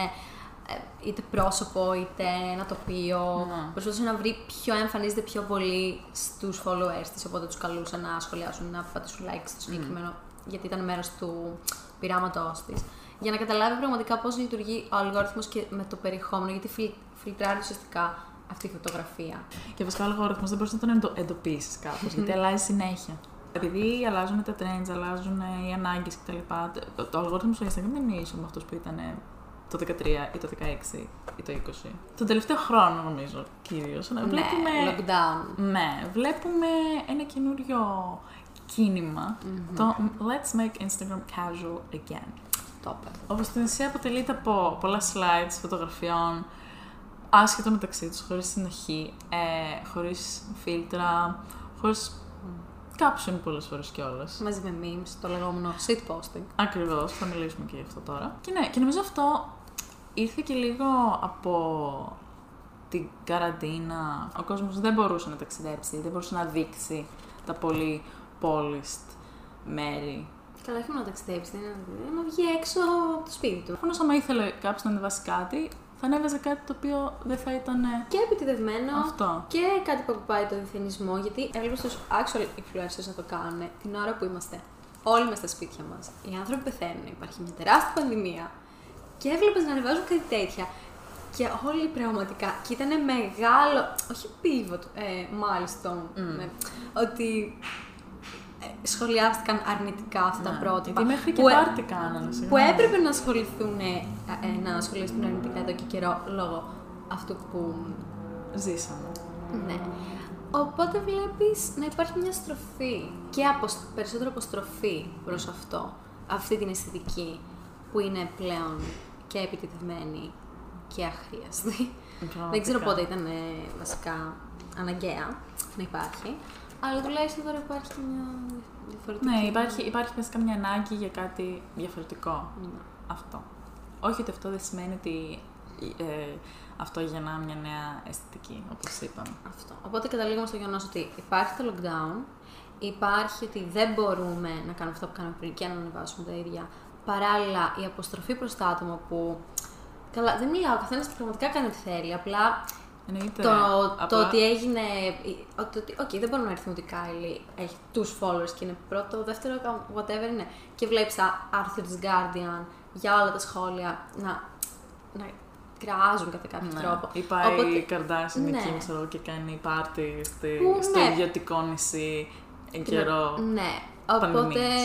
[SPEAKER 2] ε, είτε πρόσωπο είτε ένα τοπίο.
[SPEAKER 1] Ναι.
[SPEAKER 2] Προσπαθούσε να βρει ποιο εμφανίζεται πιο πολύ στους followers της, οπότε τους καλούσε να σχολιάσουν, να πατήσουν like στο συγκεκριμένο, γιατί ήταν μέρος του πειράματός της. Για να καταλάβει πραγματικά πώς λειτουργεί ο αλγόριθμος και με το περιεχόμενο, γιατί φιλ, φιλτράρει ουσιαστικά αυτή η φωτογραφία.
[SPEAKER 1] Και βασικά ο αλγόριθμος δεν μπορεί να τον εντο- εντοπίσεις κάπως, γιατί αλλάζει συνέχεια. Επειδή αλλάζουν τα trends, αλλάζουν ε, οι ανάγκες κτλ. Το, το αλγόριθμος στο Instagram δεν είναι ίσο με αυτό που ήταν ε, το 13 ή το 16 ή το 20. Τον τελευταίο χρόνο, νομίζω, κυρίως. βλέπουμε.
[SPEAKER 2] Ναι, lockdown.
[SPEAKER 1] Ναι, βλέπουμε ένα καινούριο κίνημα, Το Let's make Instagram casual again.
[SPEAKER 2] Το είπε.
[SPEAKER 1] Όπω στην ουσία αποτελείται από πολλά slides φωτογραφιών, άσχετο μεταξύ τους, χωρίς συνοχή, ε, χωρίς φίλτρα, χωρίς caption πολλές φορές κιόλας.
[SPEAKER 2] Μαζί με memes, το λεγόμενο shit posting.
[SPEAKER 1] Ακριβώς, θα μιλήσουμε και γι' αυτό τώρα. Και ναι, και νομίζω αυτό ήρθε και λίγο από την καραντίνα. Ο κόσμος δεν μπορούσε να ταξιδέψει, δεν μπορούσε να δείξει τα πολύ polished μέρη
[SPEAKER 2] Καλά, όχι μόνο να ταξιδέψει, δεν είναι να βγει έξω από το σπίτι του.
[SPEAKER 1] Προφανώ, άμα ήθελε κάποιος να ανεβάσει κάτι, θα ανέβαζε κάτι το οποίο δεν θα ήταν ε,
[SPEAKER 2] Και επιτεδευμένο.
[SPEAKER 1] αυτό.
[SPEAKER 2] Και κάτι που ακουπάει το διθενισμό, γιατί έβλεπα στους actual influencers να το κάνουν την ώρα που είμαστε. Όλοι είμαστε στα σπίτια μας. Οι άνθρωποι πεθαίνουν, υπάρχει μια τεράστια πανδημία. Και έβλεπες να ανεβάζουν κάτι τέτοια. Και όλοι πραγματικά. Και ήταν μεγάλο. Όχι pivot, ε, milestone. ναι, ότι ε, σχολιάστηκαν αρνητικά αυτά τα
[SPEAKER 1] Ναι.
[SPEAKER 2] πρότυπα.
[SPEAKER 1] Γιατί μέχρι και
[SPEAKER 2] που, ε-
[SPEAKER 1] πάρτι Ναι. κάνανε.
[SPEAKER 2] που
[SPEAKER 1] συγγνώμη.
[SPEAKER 2] έπρεπε να ασχοληθούν, ε, ε, να ασχοληθούν αρνητικά εδώ και καιρό λόγω αυτού που ε-
[SPEAKER 1] Ζήσαμε.
[SPEAKER 2] ναι. Οπότε βλέπεις να υπάρχει μια στροφή και αποσ- περισσότερο αποστροφή προς αυτό, αυτή την αισθητική που είναι πλέον και επιτεθειμένη και αχρίαστη. Δεν ξέρω πότε ήταν ε, βασικά αναγκαία να υπάρχει, αλλά τουλάχιστον τώρα υπάρχει και μια διαφορετική...
[SPEAKER 1] Ναι, υπάρχει, υπάρχει μέσα καμιά ανάγκη για κάτι διαφορετικό.
[SPEAKER 2] Ναι.
[SPEAKER 1] Αυτό. Όχι ότι αυτό δεν σημαίνει ότι ε, αυτό γεννά μια νέα αισθητική, όπως είπαμε.
[SPEAKER 2] Αυτό. Οπότε καταλήγουμε στο γεγονός ότι υπάρχει το lockdown, υπάρχει ότι δεν μπορούμε να κάνουμε αυτά που κάναμε πριν και να ανεβάσουμε τα ίδια. Παράλληλα, η αποστροφή προς τα άτομα που. Καλά, δεν μιλάω, ο καθένας πραγματικά κάνει ό,τι θέλει. Απλά
[SPEAKER 1] Εννοείται.
[SPEAKER 2] το, το
[SPEAKER 1] Ναι, απλά-
[SPEAKER 2] ότι έγινε. Ότι, ότι, οκ, δεν μπορούμε να αριθμούμε ότι η Κάιλι έχει τους followers και είναι πρώτο, δεύτερο, whatever είναι. Και βλέπεις άρθρο τη Guardian για όλα τα σχόλια να, να κράζουν κατά κάποιο
[SPEAKER 1] Ναι.
[SPEAKER 2] τρόπο.
[SPEAKER 1] Ή πάει η Καρδάσιν
[SPEAKER 2] Ναι.
[SPEAKER 1] εκεί, ξέρω εγώ, και κάνει πάρτι στη,
[SPEAKER 2] Που,
[SPEAKER 1] στο
[SPEAKER 2] ναι.
[SPEAKER 1] ιδιωτικό νησί εν καιρό.
[SPEAKER 2] Ναι. Οπότε
[SPEAKER 1] πανδημίας.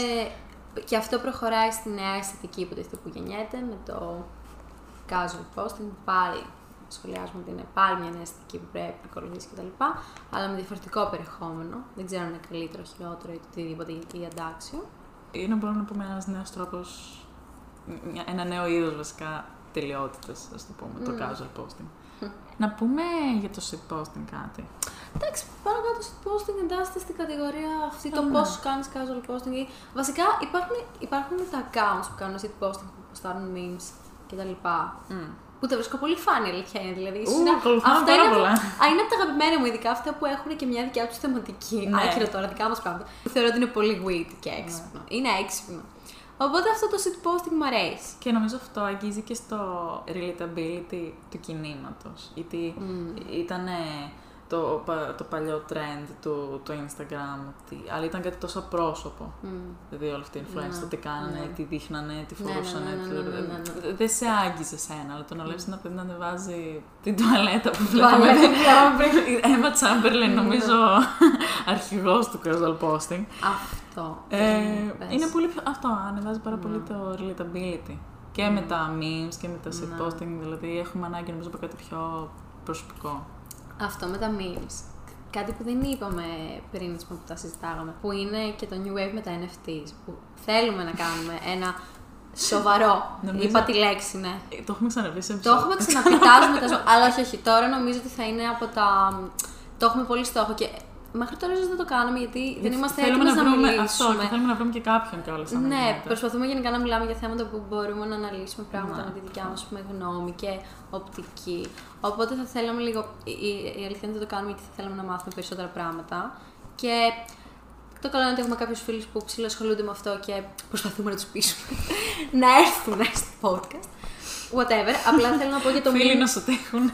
[SPEAKER 2] και αυτό προχωράει στη νέα αισθητική που που γεννιέται με το casual posting που πάλι σχολιάζουμε ότι είναι πάλι μια νέα αισθητική που πρέπει να ακολουθήσει κτλ. Αλλά με διαφορετικό περιεχόμενο. Δεν ξέρω αν είναι καλύτερο, χειρότερο ή οτιδήποτε ή αντάξιο.
[SPEAKER 1] Είναι μπορούμε να πούμε ένας νέος τρόπος, μια- ένα νέο είδος βασικά τελειότητας, ας το πούμε, το casual posting. να πούμε για το shit posting κάτι.
[SPEAKER 2] Εντάξει, πάνω κάτω στο posting εντάσσεται στην κατηγορία αυτή το
[SPEAKER 1] Ναι.
[SPEAKER 2] πώ κάνεις casual posting. ή- Βασικά υπάρχουν, υπάρχουν τα accounts που κάνουν shit posting που ποστάρουν memes κτλ. Που τα βρίσκω πολύ funny, αλήθεια είναι. Δηλαδή, ίσως
[SPEAKER 1] Ου,
[SPEAKER 2] είναι-
[SPEAKER 1] ακολουθάμε πάρα
[SPEAKER 2] είναι, από-
[SPEAKER 1] πολλά.
[SPEAKER 2] Α, είναι από τα αγαπημένα μου, ειδικά αυτά που έχουν και μια δικιά τους θεματική.
[SPEAKER 1] Ναι.
[SPEAKER 2] Άκυρο τώρα, δικά μας πράγματα. Που θεωρώ ότι είναι πολύ witty και έξυπνο. Είναι έξυπνο. Οπότε αυτό το shit posting μου αρέσει.
[SPEAKER 1] Και νομίζω αυτό αγγίζει και στο relatability του κινήματος. Γιατί ήταν το, πα- το παλιό trend του, του Instagram, ότι- αλλά ήταν κάτι τόσο πρόσωπο. Δηλαδή όλοι αυτοί οι influencers, το τι κάνανε, τι δείχνανε, τι
[SPEAKER 2] Ναι, ναι,
[SPEAKER 1] φορούσανε.
[SPEAKER 2] ναι, ναι,
[SPEAKER 1] τι-
[SPEAKER 2] ναι, ναι, ναι.
[SPEAKER 1] δε- Δεν σε άγγιζε σένα, αλλά το να βλέπεις ένα παιδί να ανεβάζει την τουαλέτα που
[SPEAKER 2] Τουαλέτα, Ναι,
[SPEAKER 1] βλέπαμε. Έμα Τσάμπερλεν, νομίζω αρχηγός του casual posting.
[SPEAKER 2] Αυτό.
[SPEAKER 1] Ε,
[SPEAKER 2] Ναι, πες. Ναι.
[SPEAKER 1] είναι πολύ πιο... Αυτό, ανεβάζει πάρα πολύ το relatability. Και με τα memes και με τα shit
[SPEAKER 2] Ναι.
[SPEAKER 1] posting, δηλαδή έχουμε ανάγκη νομίζω από κάτι πιο προσωπικό.
[SPEAKER 2] Αυτό με τα memes. Κάτι που δεν είπαμε πριν ας πούμε, που τα συζητάγαμε, που είναι και το new wave με τα NFTs, που θέλουμε να κάνουμε ένα σοβαρό,
[SPEAKER 1] Νομίζω-
[SPEAKER 2] είπα τη λέξη, ναι.
[SPEAKER 1] Ε, Το έχουμε ξαναβεί σε
[SPEAKER 2] Το έχουμε ξαναπιτάζουμε τα ζώα. Αλλά όχι, όχι. Τώρα νομίζω ότι θα είναι από τα. Το έχουμε πολύ στόχο και μέχρι τώρα ίσως δεν το κάναμε γιατί δεν είμαστε
[SPEAKER 1] Ε, θέλουμε
[SPEAKER 2] έτοιμοι να,
[SPEAKER 1] βρούμε
[SPEAKER 2] μιλήσουμε.
[SPEAKER 1] Αυτό, και θέλουμε να βρούμε και κάποιον κιόλας. αν
[SPEAKER 2] Ναι,
[SPEAKER 1] γίνεται.
[SPEAKER 2] προσπαθούμε γενικά να μιλάμε για θέματα που μπορούμε να αναλύσουμε πράγματα
[SPEAKER 1] Ναι.
[SPEAKER 2] με τη δικιά μας πούμε, γνώμη και οπτική. Οπότε θα θέλαμε λίγο. Η, η- η αλήθεια είναι ότι δεν το κάνουμε γιατί θα θέλαμε να μάθουμε περισσότερα πράγματα. Και Το καλό είναι ότι έχουμε κάποιους φίλους που ψηλασχολούνται με αυτό και προσπαθούμε να τους πείσουμε να έρθουν να έρθουν στο podcast. Whatever. Απλά θέλω να πω για το
[SPEAKER 1] Φίλοι
[SPEAKER 2] meme-
[SPEAKER 1] να σωτέχουν.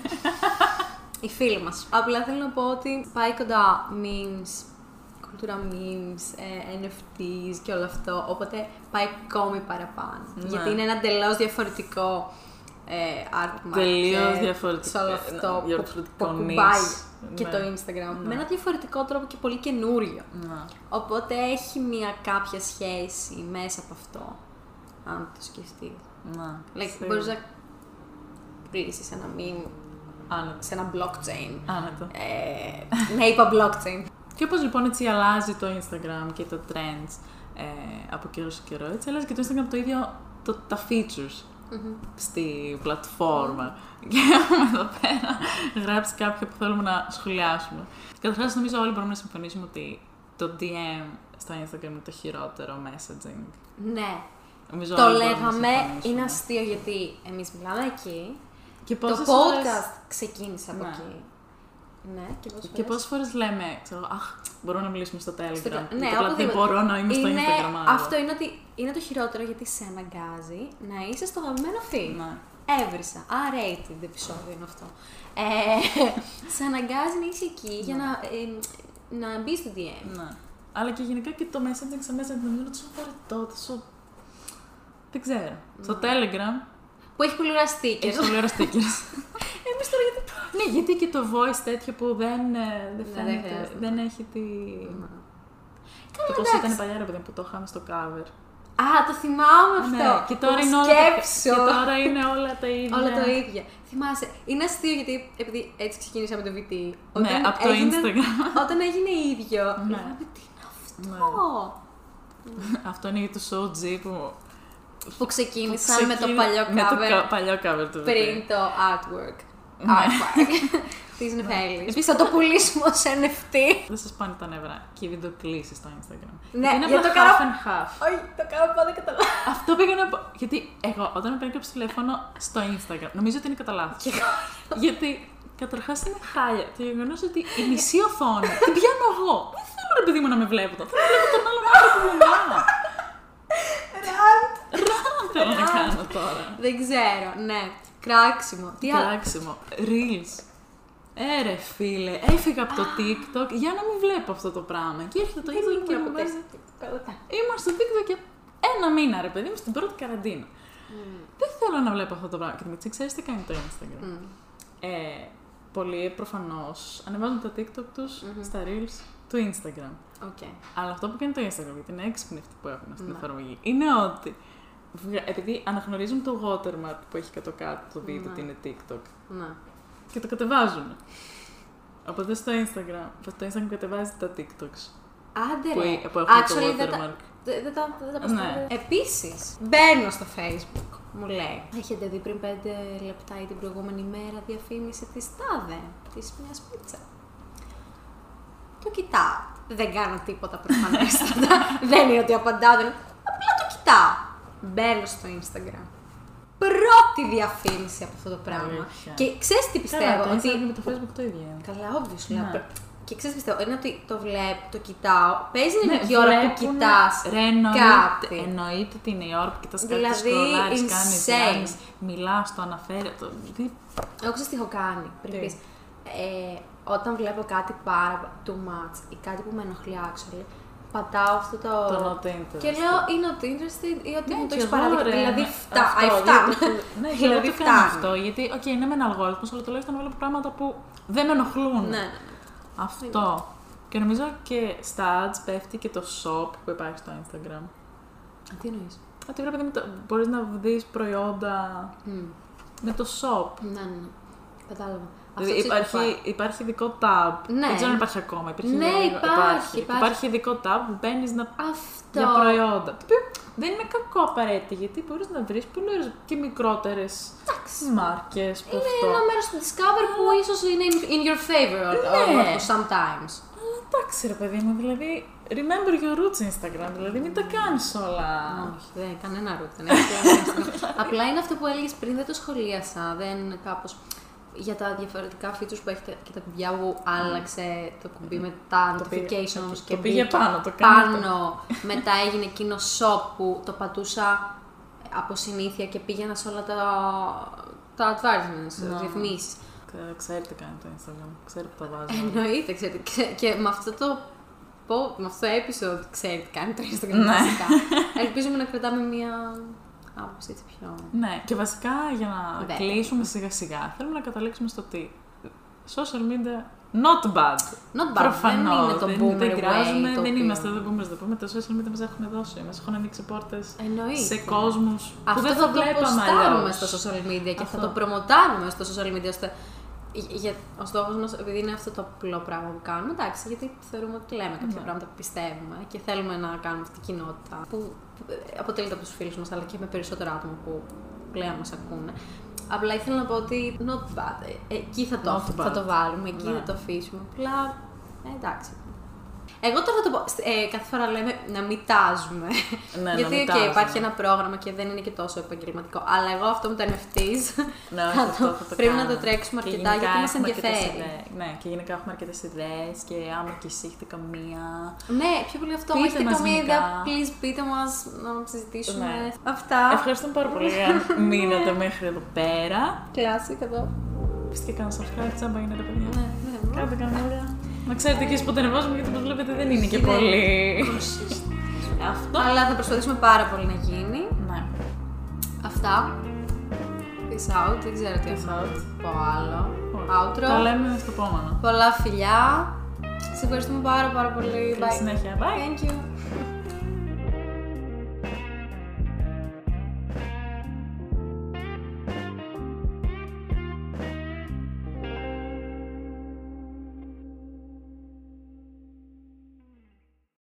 [SPEAKER 2] οι φίλοι μας. Απλά θέλω να πω ότι πάει κοντά memes, κουλτούρα memes, ε, NFTs και όλο αυτό, οπότε πάει ακόμη παραπάνω.
[SPEAKER 1] Ναι.
[SPEAKER 2] Γιατί είναι ένα τελώς διαφορετικό ε, artwork
[SPEAKER 1] Τελείως
[SPEAKER 2] και
[SPEAKER 1] διαφορετικό. ε,
[SPEAKER 2] σε όλο αυτό που, που
[SPEAKER 1] διαφορετικό νης.
[SPEAKER 2] ακουμπάει και
[SPEAKER 1] Ναι.
[SPEAKER 2] το Instagram.
[SPEAKER 1] Ναι.
[SPEAKER 2] Με ένα διαφορετικό τρόπο και πολύ καινούριο.
[SPEAKER 1] Ναι.
[SPEAKER 2] Οπότε έχει μια κάποια σχέση μέσα από αυτό, αν το σκεφτείς.
[SPEAKER 1] Ναι.
[SPEAKER 2] Like,
[SPEAKER 1] Σίγουρα.
[SPEAKER 2] μπορείς να πουλήσεις ένα meme
[SPEAKER 1] Άνετα.
[SPEAKER 2] σε ένα blockchain
[SPEAKER 1] Άνετα.
[SPEAKER 2] ε, ναι, είπα blockchain.
[SPEAKER 1] Και όπως λοιπόν έτσι αλλάζει το Instagram και τα trends ε, από καιρό σε καιρό, έτσι αλλάζει και το Instagram το ίδιο το, τα features στη πλατφόρμα. Και έχουμε εδώ πέρα γράψει κάποια που θέλουμε να σχολιάσουμε. Καταρχάς νομίζω όλοι μπορούμε να συμφωνήσουμε ότι το DM στο Instagram είναι το χειρότερο messaging.
[SPEAKER 2] Ναι.
[SPEAKER 1] Νομίζω
[SPEAKER 2] Το
[SPEAKER 1] όλοι μπορούμε να
[SPEAKER 2] λέγαμε,
[SPEAKER 1] συμφωνήσουμε.
[SPEAKER 2] είναι αστείο γιατί εμείς μιλάμε εκεί.
[SPEAKER 1] Και
[SPEAKER 2] Το
[SPEAKER 1] πόσες
[SPEAKER 2] podcast
[SPEAKER 1] ώρες-
[SPEAKER 2] ξεκίνησε από
[SPEAKER 1] Ναι.
[SPEAKER 2] εκεί. Ναι, και πώς
[SPEAKER 1] Και πόσες φορές λέμε, ξέρω, αχ, μπορώ να μιλήσουμε στο Telegram.
[SPEAKER 2] Στο-
[SPEAKER 1] και
[SPEAKER 2] ναι,
[SPEAKER 1] απλά δεν
[SPEAKER 2] οπουδήποτε.
[SPEAKER 1] μπορώ να είμαι στο
[SPEAKER 2] Είναι-
[SPEAKER 1] Instagram. άλλο.
[SPEAKER 2] Αυτό είναι ότι είναι το χειρότερο γιατί σε αναγκάζει να είσαι στο αγαπημένο feed.
[SPEAKER 1] Ναι.
[SPEAKER 2] Έβρισα. R-rated επεισόδιο είναι αυτό. Ε, σε αναγκάζει να είσαι εκεί για να, ε, να μπει στο DM.
[SPEAKER 1] Ναι. Αλλά και γενικά και το messaging σε messaging νομίζω ότι σου
[SPEAKER 2] Ναι.
[SPEAKER 1] βαρετό, τόσο... Δεν ξέρω. Στο Telegram
[SPEAKER 2] Που έχει πολύ ωραία stickers.
[SPEAKER 1] έχει πολύ ωραία stickers.
[SPEAKER 2] Εμείς τώρα γιατί...
[SPEAKER 1] ναι, γιατί και το voice τέτοιο που δεν, ε, δεν
[SPEAKER 2] Ναι, δεν
[SPEAKER 1] φαίνεται,
[SPEAKER 2] χρειάζεται.
[SPEAKER 1] δεν έχει τη...
[SPEAKER 2] Καλά,
[SPEAKER 1] Και πώς
[SPEAKER 2] εντάξει.
[SPEAKER 1] ήταν παλιά ρε παιδί μου, που το είχαμε στο cover.
[SPEAKER 2] Α, το θυμάμαι αυτό.
[SPEAKER 1] Ναι, και τώρα,
[SPEAKER 2] Το
[SPEAKER 1] είναι όλα τα...
[SPEAKER 2] σκέψω.
[SPEAKER 1] και τώρα είναι όλα τα ίδια.
[SPEAKER 2] Όλα τα ίδια. Θυμάσαι. Είναι αστείο γιατί επειδή έτσι ξεκίνησα με το VT.
[SPEAKER 1] Ναι, από το Instagram.
[SPEAKER 2] Όταν έγινε ίδιο.
[SPEAKER 1] Ναι.
[SPEAKER 2] Λέγαμε τι είναι αυτό.
[SPEAKER 1] Ναι. Αυτό είναι για το show G που
[SPEAKER 2] Που ξεκίνησαν με το
[SPEAKER 1] ξεκίνη-
[SPEAKER 2] παλιό
[SPEAKER 1] με το ναι.
[SPEAKER 2] cover
[SPEAKER 1] κα- παλιό cover του.
[SPEAKER 2] πριν το artwork.
[SPEAKER 1] Ναι.
[SPEAKER 2] Artwork. Της Νεφέλη. Επίσης θα το πουλήσουμε ως NFT.
[SPEAKER 1] Δεν σας πάνε τα νευρά και οι βιντεοκλήσεις στο Instagram.
[SPEAKER 2] Ναι,
[SPEAKER 1] Γιατί είναι
[SPEAKER 2] για
[SPEAKER 1] απλά
[SPEAKER 2] το καρα-
[SPEAKER 1] half and half.
[SPEAKER 2] Όχι, το κάνω πάντα καταλάβω.
[SPEAKER 1] Αυτό πήγα να πω. Γιατί εγώ όταν με παίρνει κάποιος τηλέφωνο στο Instagram, νομίζω ότι είναι κατά λάθος. γιατί καταρχάς είναι χάλια. Το γεγονός ότι η μισή οθόνη την πιάνω εγώ. Δεν θέλω ρε παιδί μου να με βλέπετε. Θέλω να βλέπω τον άλλον άνθρωπο που μιλάω. Ραν θέλω να κάνω τώρα.
[SPEAKER 2] Δεν ξέρω, ναι. Κράξιμο. Τι άλλο.
[SPEAKER 1] Κράξιμο. Reels. Έρε φίλε, έφυγα από το TikTok για να μην βλέπω αυτό το πράγμα. Και έρχεται το ίδιο και μου παίζει. Ήμουν στο TikTok και ένα μήνα, ρε παιδί μου, στην πρώτη καραντίνα. Δεν θέλω να βλέπω αυτό το πράγμα. Και μεταξύ, ξέρεις τι κάνει το
[SPEAKER 2] Mm.
[SPEAKER 1] Instagram. Ε, πολλοί προφανώς ανεβάζουν τα TikTok τους
[SPEAKER 2] Mm-hmm.
[SPEAKER 1] στα Reels του Instagram.
[SPEAKER 2] Οκ.
[SPEAKER 1] Αλλά αυτό που κάνει το Instagram, γιατί είναι έξυπνοι αυτοί που έχουν στην
[SPEAKER 2] Ναι.
[SPEAKER 1] εφαρμογή, είναι ότι βγα- επειδή αναγνωρίζουν το watermark που έχει κάτω κάτω το βίντεο
[SPEAKER 2] Ναι.
[SPEAKER 1] ότι είναι TikTok
[SPEAKER 2] Ναι.
[SPEAKER 1] και το κατεβάζουν. Οπότε στο Instagram, το Instagram κατεβάζει τα TikToks
[SPEAKER 2] Άντε
[SPEAKER 1] που, ε-
[SPEAKER 2] ρε.
[SPEAKER 1] που έχουν το
[SPEAKER 2] Actually, δεν τα-
[SPEAKER 1] watermark.
[SPEAKER 2] Δεν δεν τα, δεν τα
[SPEAKER 1] Ναι.
[SPEAKER 2] ναι. Επίσης, μπαίνω στο Facebook. Μου λέει: Έχετε δει πριν 5 λεπτά ή την προηγούμενη μέρα διαφήμιση της τάδε, της μιας πίτσας. Το κοιτάω. Δεν κάνω τίποτα προφανέστατα. δεν είναι ότι απαντάω. Δεν... Απλά το κοιτάω. Μπαίνω στο Instagram. Πρώτη διαφήμιση από αυτό το πράγμα.
[SPEAKER 1] Αλήθεια.
[SPEAKER 2] Και ξέρεις τι πιστεύω.
[SPEAKER 1] Καλά, το
[SPEAKER 2] ότι
[SPEAKER 1] Instagram με το Facebook το ίδιο είναι.
[SPEAKER 2] Καλά, obviously.
[SPEAKER 1] Ναι.
[SPEAKER 2] απε- Και ξέρεις, πιστεύω, είναι ότι το βλέπω, το κοιτάω. Παίζει να
[SPEAKER 1] Ναι,
[SPEAKER 2] είναι και η ώρα που
[SPEAKER 1] βλέπουνε-
[SPEAKER 2] κοιτάς
[SPEAKER 1] Ρε, εννοείται,
[SPEAKER 2] κάτι.
[SPEAKER 1] εννοείται ότι είναι η ώρα που κοιτάς κάτι,
[SPEAKER 2] Δηλαδή,
[SPEAKER 1] δηλαδή, σκρολάρεις, κάνεις,
[SPEAKER 2] insane.
[SPEAKER 1] κάνεις, μιλάς, το αναφέρει, το... δι-
[SPEAKER 2] Εγώ ξέρω τι έχω κάνει πριν
[SPEAKER 1] Τι?
[SPEAKER 2] πεις. Ε, όταν βλέπω κάτι πάρα too much ή κάτι που με ενοχλεί actually, πατάω αυτό το.
[SPEAKER 1] Το not interested.
[SPEAKER 2] Και λέω είναι not interested ή ότι
[SPEAKER 1] Ναι,
[SPEAKER 2] μου το
[SPEAKER 1] και
[SPEAKER 2] έχεις
[SPEAKER 1] εγώ,
[SPEAKER 2] παραδείξει.
[SPEAKER 1] ρε,
[SPEAKER 2] Δηλαδή,
[SPEAKER 1] ναι.
[SPEAKER 2] φτά,
[SPEAKER 1] Αυτό,
[SPEAKER 2] I
[SPEAKER 1] δηλαδή,
[SPEAKER 2] φτάνω.
[SPEAKER 1] Ναι, και εγώ το κάνω αυτό, γιατί, οκ, είναι με ένα αλγόριθμος, αλλά τουλάχιστον βλέπω πράγματα που δεν με ενοχλούν.
[SPEAKER 2] Ναι, ναι.
[SPEAKER 1] Αυτό. Και νομίζω και στα ads πέφτει και το shop που υπάρχει στο Instagram.
[SPEAKER 2] Α, Τι εννοείς.
[SPEAKER 1] Ότι πρέπει να μπορείς να δεις προϊόντα με το shop.
[SPEAKER 2] Ναι, ναι, ναι. Κατάλαβα. Αυτό
[SPEAKER 1] Δηλαδή
[SPEAKER 2] ξέρω τι έχω
[SPEAKER 1] υπάρχει, υπάρχει ειδικό tab.
[SPEAKER 2] Ναι.
[SPEAKER 1] Δεν ξέρω αν υπάρχει ακόμα. Υπήρχε
[SPEAKER 2] Ναι,
[SPEAKER 1] λίγο-
[SPEAKER 2] υπάρχει,
[SPEAKER 1] Υπάρχει,
[SPEAKER 2] υπάρχει.
[SPEAKER 1] υπάρχει ειδικό tab που μπαίνεις να...
[SPEAKER 2] πάει. Αυτό.
[SPEAKER 1] για προϊόντα. Το οποίο δεν είναι κακό απαραίτητα γιατί μπορείς να βρεις πολλέ και μικρότερες μάρκε που
[SPEAKER 2] Είναι
[SPEAKER 1] αυτό.
[SPEAKER 2] ένα μέρος του Discover που ίσως είναι in, in your favor
[SPEAKER 1] Ναι.
[SPEAKER 2] ναι. sometimes.
[SPEAKER 1] Αλλά εντάξει ρε παιδί μου, δηλαδή remember your roots Instagram. Δηλαδή μην τα κάνεις όλα.
[SPEAKER 2] Όχι, δεν, κανένα root δεν έχει. κανένα Instagram. Απλά είναι αυτό που έλεγες πριν, δεν το σχολίασα. Δεν κάπως. για τα διαφορετικά features που έχετε και τα κουμπιά που άλλαξε το κουμπί με τα
[SPEAKER 1] Το πήγε-
[SPEAKER 2] notifications
[SPEAKER 1] το
[SPEAKER 2] και
[SPEAKER 1] πήγε
[SPEAKER 2] μπήκε
[SPEAKER 1] πάνω, το κάνει αυτό.
[SPEAKER 2] πάνω. Μετά έγινε εκείνο shop που το πατούσα από συνήθεια και πήγαινα σε όλα τα, τα advertisements,
[SPEAKER 1] Ναι.
[SPEAKER 2] ρυθμίσεις.
[SPEAKER 1] Κα- Ξέρει τι κάνει το Instagram, ξέρει που τα βάζει.
[SPEAKER 2] Ε, Εννοείται, ξέρετε. Και, και με αυτό το. πω- με αυτό το episode, ξέρετε, κάνει το Instagram.
[SPEAKER 1] Ναι.
[SPEAKER 2] φυσικά. Ελπίζουμε να κρατάμε μία άποψη έτσι πιο.
[SPEAKER 1] Ναι, και βασικά για να
[SPEAKER 2] Βέβαια.
[SPEAKER 1] κλείσουμε σιγά σιγά, θέλουμε να καταλήξουμε στο ότι social media not bad.
[SPEAKER 2] Not bad.
[SPEAKER 1] Προφανώς,
[SPEAKER 2] δεν είναι το
[SPEAKER 1] δεν,
[SPEAKER 2] boomer
[SPEAKER 1] δεν
[SPEAKER 2] way
[SPEAKER 1] κράζουμε,
[SPEAKER 2] το
[SPEAKER 1] δεν
[SPEAKER 2] οποίο-
[SPEAKER 1] είμαστε εδώ boomers, δεν πούμε, τα social media μας έχουν δώσει, μας έχουν ανοίξει πόρτες
[SPEAKER 2] Εννοείται.
[SPEAKER 1] σε κόσμους που
[SPEAKER 2] Αυτό
[SPEAKER 1] δεν
[SPEAKER 2] θα
[SPEAKER 1] θα
[SPEAKER 2] το
[SPEAKER 1] βλέπαμε
[SPEAKER 2] ποστάρουμε
[SPEAKER 1] αλλιώς.
[SPEAKER 2] στα social media και
[SPEAKER 1] Αυτό.
[SPEAKER 2] θα το προμοτάρουμε στο social media. Ώστε... Για, ο στόχος μας, επειδή είναι αυτό το απλό πράγμα που κάνουμε, εντάξει, γιατί θεωρούμε ότι λέμε κάποια
[SPEAKER 1] Ναι.
[SPEAKER 2] πράγματα που πιστεύουμε και θέλουμε να κάνουμε αυτή την κοινότητα που ε, αποτελείται από τους φίλους μας αλλά και με περισσότερα άτομα που πλέον μας ακούνε. Απλά ήθελα να πω ότι not bad. Ε, εκεί θα το,
[SPEAKER 1] Not
[SPEAKER 2] θα
[SPEAKER 1] bad.
[SPEAKER 2] το βάλουμε, εκεί
[SPEAKER 1] Ναι.
[SPEAKER 2] θα το αφήσουμε. Απλά ε, εντάξει. Εγώ τώρα θα το πω. Ε, κάθε φορά λέμε να μην τάζουμε.
[SPEAKER 1] Ναι, να
[SPEAKER 2] Γιατί
[SPEAKER 1] μην
[SPEAKER 2] οκ,
[SPEAKER 1] τάζουμε.
[SPEAKER 2] υπάρχει ένα πρόγραμμα και δεν είναι και τόσο επαγγελματικό. Αλλά εγώ αυτό με τα NFTs.
[SPEAKER 1] Ναι,
[SPEAKER 2] θα
[SPEAKER 1] όχι, αυτό
[SPEAKER 2] το-
[SPEAKER 1] θα το
[SPEAKER 2] πρέπει να
[SPEAKER 1] κάνουμε.
[SPEAKER 2] το τρέξουμε
[SPEAKER 1] Και
[SPEAKER 2] αρκετά
[SPEAKER 1] γενικά
[SPEAKER 2] γιατί μας
[SPEAKER 1] έχουμε αρκετές
[SPEAKER 2] ενδιαφέρει.
[SPEAKER 1] ιδέες. Ναι, και γενικά έχουμε αρκετές ιδέες και άμα και εσύ έχετε καμία.
[SPEAKER 2] Ναι, πιο πολύ αυτό.
[SPEAKER 1] Πείτε
[SPEAKER 2] Πείτε έχετε
[SPEAKER 1] μας
[SPEAKER 2] καμία
[SPEAKER 1] γενικά.
[SPEAKER 2] ιδέα, please πείτε μας να συζητήσουμε.
[SPEAKER 1] Ναι.
[SPEAKER 2] Αυτά.
[SPEAKER 1] Ευχαριστούμε πάρα πολύ αν μείνατε μέχρι εδώ πέρα.
[SPEAKER 2] Classic εδώ.
[SPEAKER 1] Φυσικά κάνα subscribe, τσάμπα είναι ρε παιδιά.
[SPEAKER 2] Ναι, ναι.
[SPEAKER 1] Κάντε κανένα. Να ξέρετε και εσείς πότε ανεβάζουμε γιατί όπως βλέπετε δεν είναι και
[SPEAKER 2] Δεν-
[SPEAKER 1] πολύ.
[SPEAKER 2] Consistent.
[SPEAKER 1] Αυτό.
[SPEAKER 2] Αλλά θα προσπαθήσουμε πάρα πολύ να γίνει.
[SPEAKER 1] Ναι.
[SPEAKER 2] Αυτά. Peace out. Δεν ξέρω τι
[SPEAKER 1] Peace
[SPEAKER 2] έχω
[SPEAKER 1] out.
[SPEAKER 2] να πω άλλο. Outro.
[SPEAKER 1] Τα λέμε στο επόμενο.
[SPEAKER 2] Πολλά φιλιά. Σε ευχαριστούμε πάρα πάρα πολύ.
[SPEAKER 1] Καλή συνέχεια. Bye.
[SPEAKER 2] Thank you.